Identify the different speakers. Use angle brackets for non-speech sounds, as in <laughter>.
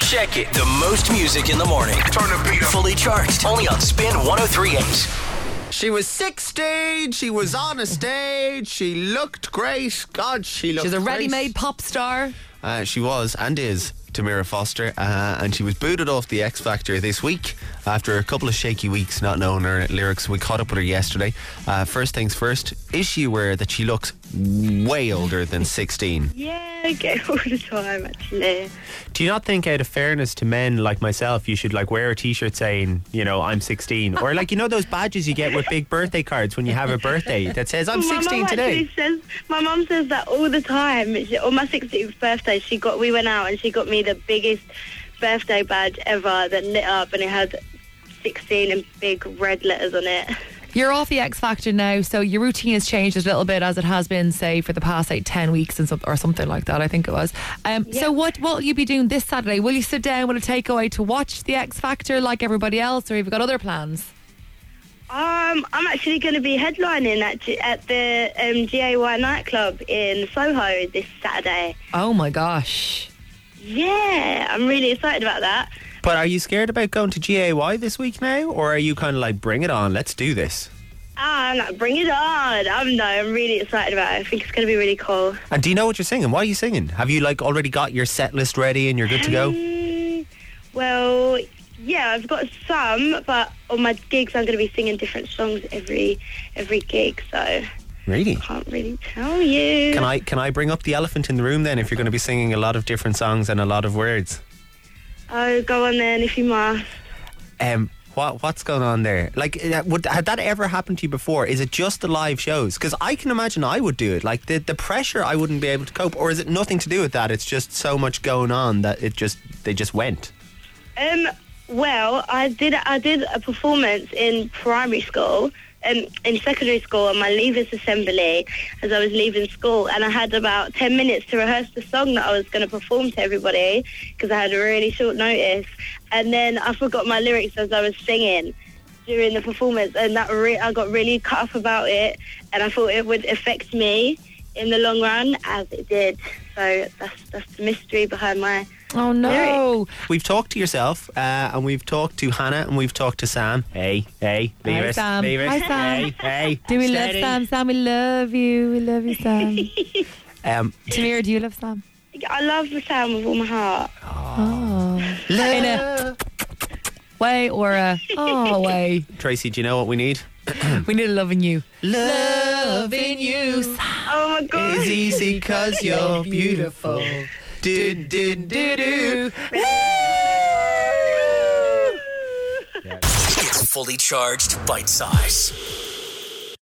Speaker 1: Check it. The most music in the morning.
Speaker 2: Turn the beat up.
Speaker 1: Fully charged. Only on Spin 1038.
Speaker 3: She was 16, she was on a stage, she looked great. God, she looked
Speaker 4: She's a
Speaker 3: great.
Speaker 4: ready made pop star.
Speaker 3: Uh, she was and is Tamira Foster, uh, and she was booted off the X Factor this week after a couple of shaky weeks not knowing her lyrics. We caught up with her yesterday. Uh, first things first, is she aware that she looks way older than 16?
Speaker 5: Yeah, I get it all the time actually.
Speaker 6: Do you not think, out of fairness to men like myself, you should like wear a T-shirt saying, you know, I'm 16, or like you know those badges you get with big birthday cards when you have a birthday that says I'm
Speaker 5: my
Speaker 6: 16
Speaker 5: mum
Speaker 6: today?
Speaker 5: actually Says, my mum says that all the time. She, on my 16th birthday, she got we went out and she got me the biggest birthday badge ever that lit up and it had 16 in big red letters on it.
Speaker 4: You're off the X Factor now, so your routine has changed a little bit as it has been, say, for the past like 10 weeks and some, or something like that, I think it was. Um, So, what, what will you be doing this Saturday? Will you sit down with a takeaway to watch the X Factor like everybody else, or have you got other plans?
Speaker 5: Um, I'm actually going to be headlining at, at the um, GAY nightclub in Soho this Saturday.
Speaker 4: Oh my gosh.
Speaker 5: Yeah, I'm really excited about that.
Speaker 6: But are you scared about going to GAY this week now, or are you kind of like, bring it on, let's do this?
Speaker 5: Ah, I'm like, bring it on. I'm no, I'm really excited about it. I think it's going to be really cool.
Speaker 6: And do you know what you're singing? Why are you singing? Have you like already got your set list ready and you're good to go?
Speaker 5: Mm, well, yeah, I've got some, but on my gigs, I'm going to be singing different songs every every gig, so
Speaker 6: Really?
Speaker 5: can't really tell you.
Speaker 6: Can I can I bring up the elephant in the room then? If you're going to be singing a lot of different songs and a lot of words.
Speaker 5: Oh, go on then, if you must.
Speaker 6: um, what what's going on there? Like, uh, would had that ever happened to you before? Is it just the live shows? Because I can imagine I would do it. Like the the pressure, I wouldn't be able to cope. Or is it nothing to do with that? It's just so much going on that it just they just went.
Speaker 5: Um, well, I did I did a performance in primary school, um, in secondary school, on my leavers assembly as I was leaving school, and I had about ten minutes to rehearse the song that I was going to perform to everybody because I had a really short notice, and then I forgot my lyrics as I was singing during the performance, and that re- I got really cut up about it, and I thought it would affect me in the long run, as it did. So that's that's the mystery behind my
Speaker 4: Oh no.
Speaker 6: We've talked to yourself, uh, and we've talked to Hannah, and we've talked to Sam. Hey, hey, leave
Speaker 4: Hi,
Speaker 6: us,
Speaker 4: Sam.
Speaker 6: leave us.
Speaker 4: Hi, Sam.
Speaker 6: Hey, hey.
Speaker 4: <laughs> Do we love
Speaker 6: steady.
Speaker 4: Sam? Sam, we love you. We love you, <laughs> Sam.
Speaker 6: Um,
Speaker 4: Tamir, do you love Sam?
Speaker 5: I love the sound with all my heart.
Speaker 4: Oh. In a way or a oh way.
Speaker 6: Tracy, do you know what we need?
Speaker 4: We need a loving you.
Speaker 6: Loving you
Speaker 5: Oh my god.
Speaker 6: is
Speaker 5: <laughs>
Speaker 6: easy
Speaker 4: <laughs>
Speaker 6: because you're beautiful. Do, do, do, do.
Speaker 1: It's fully charged bite size.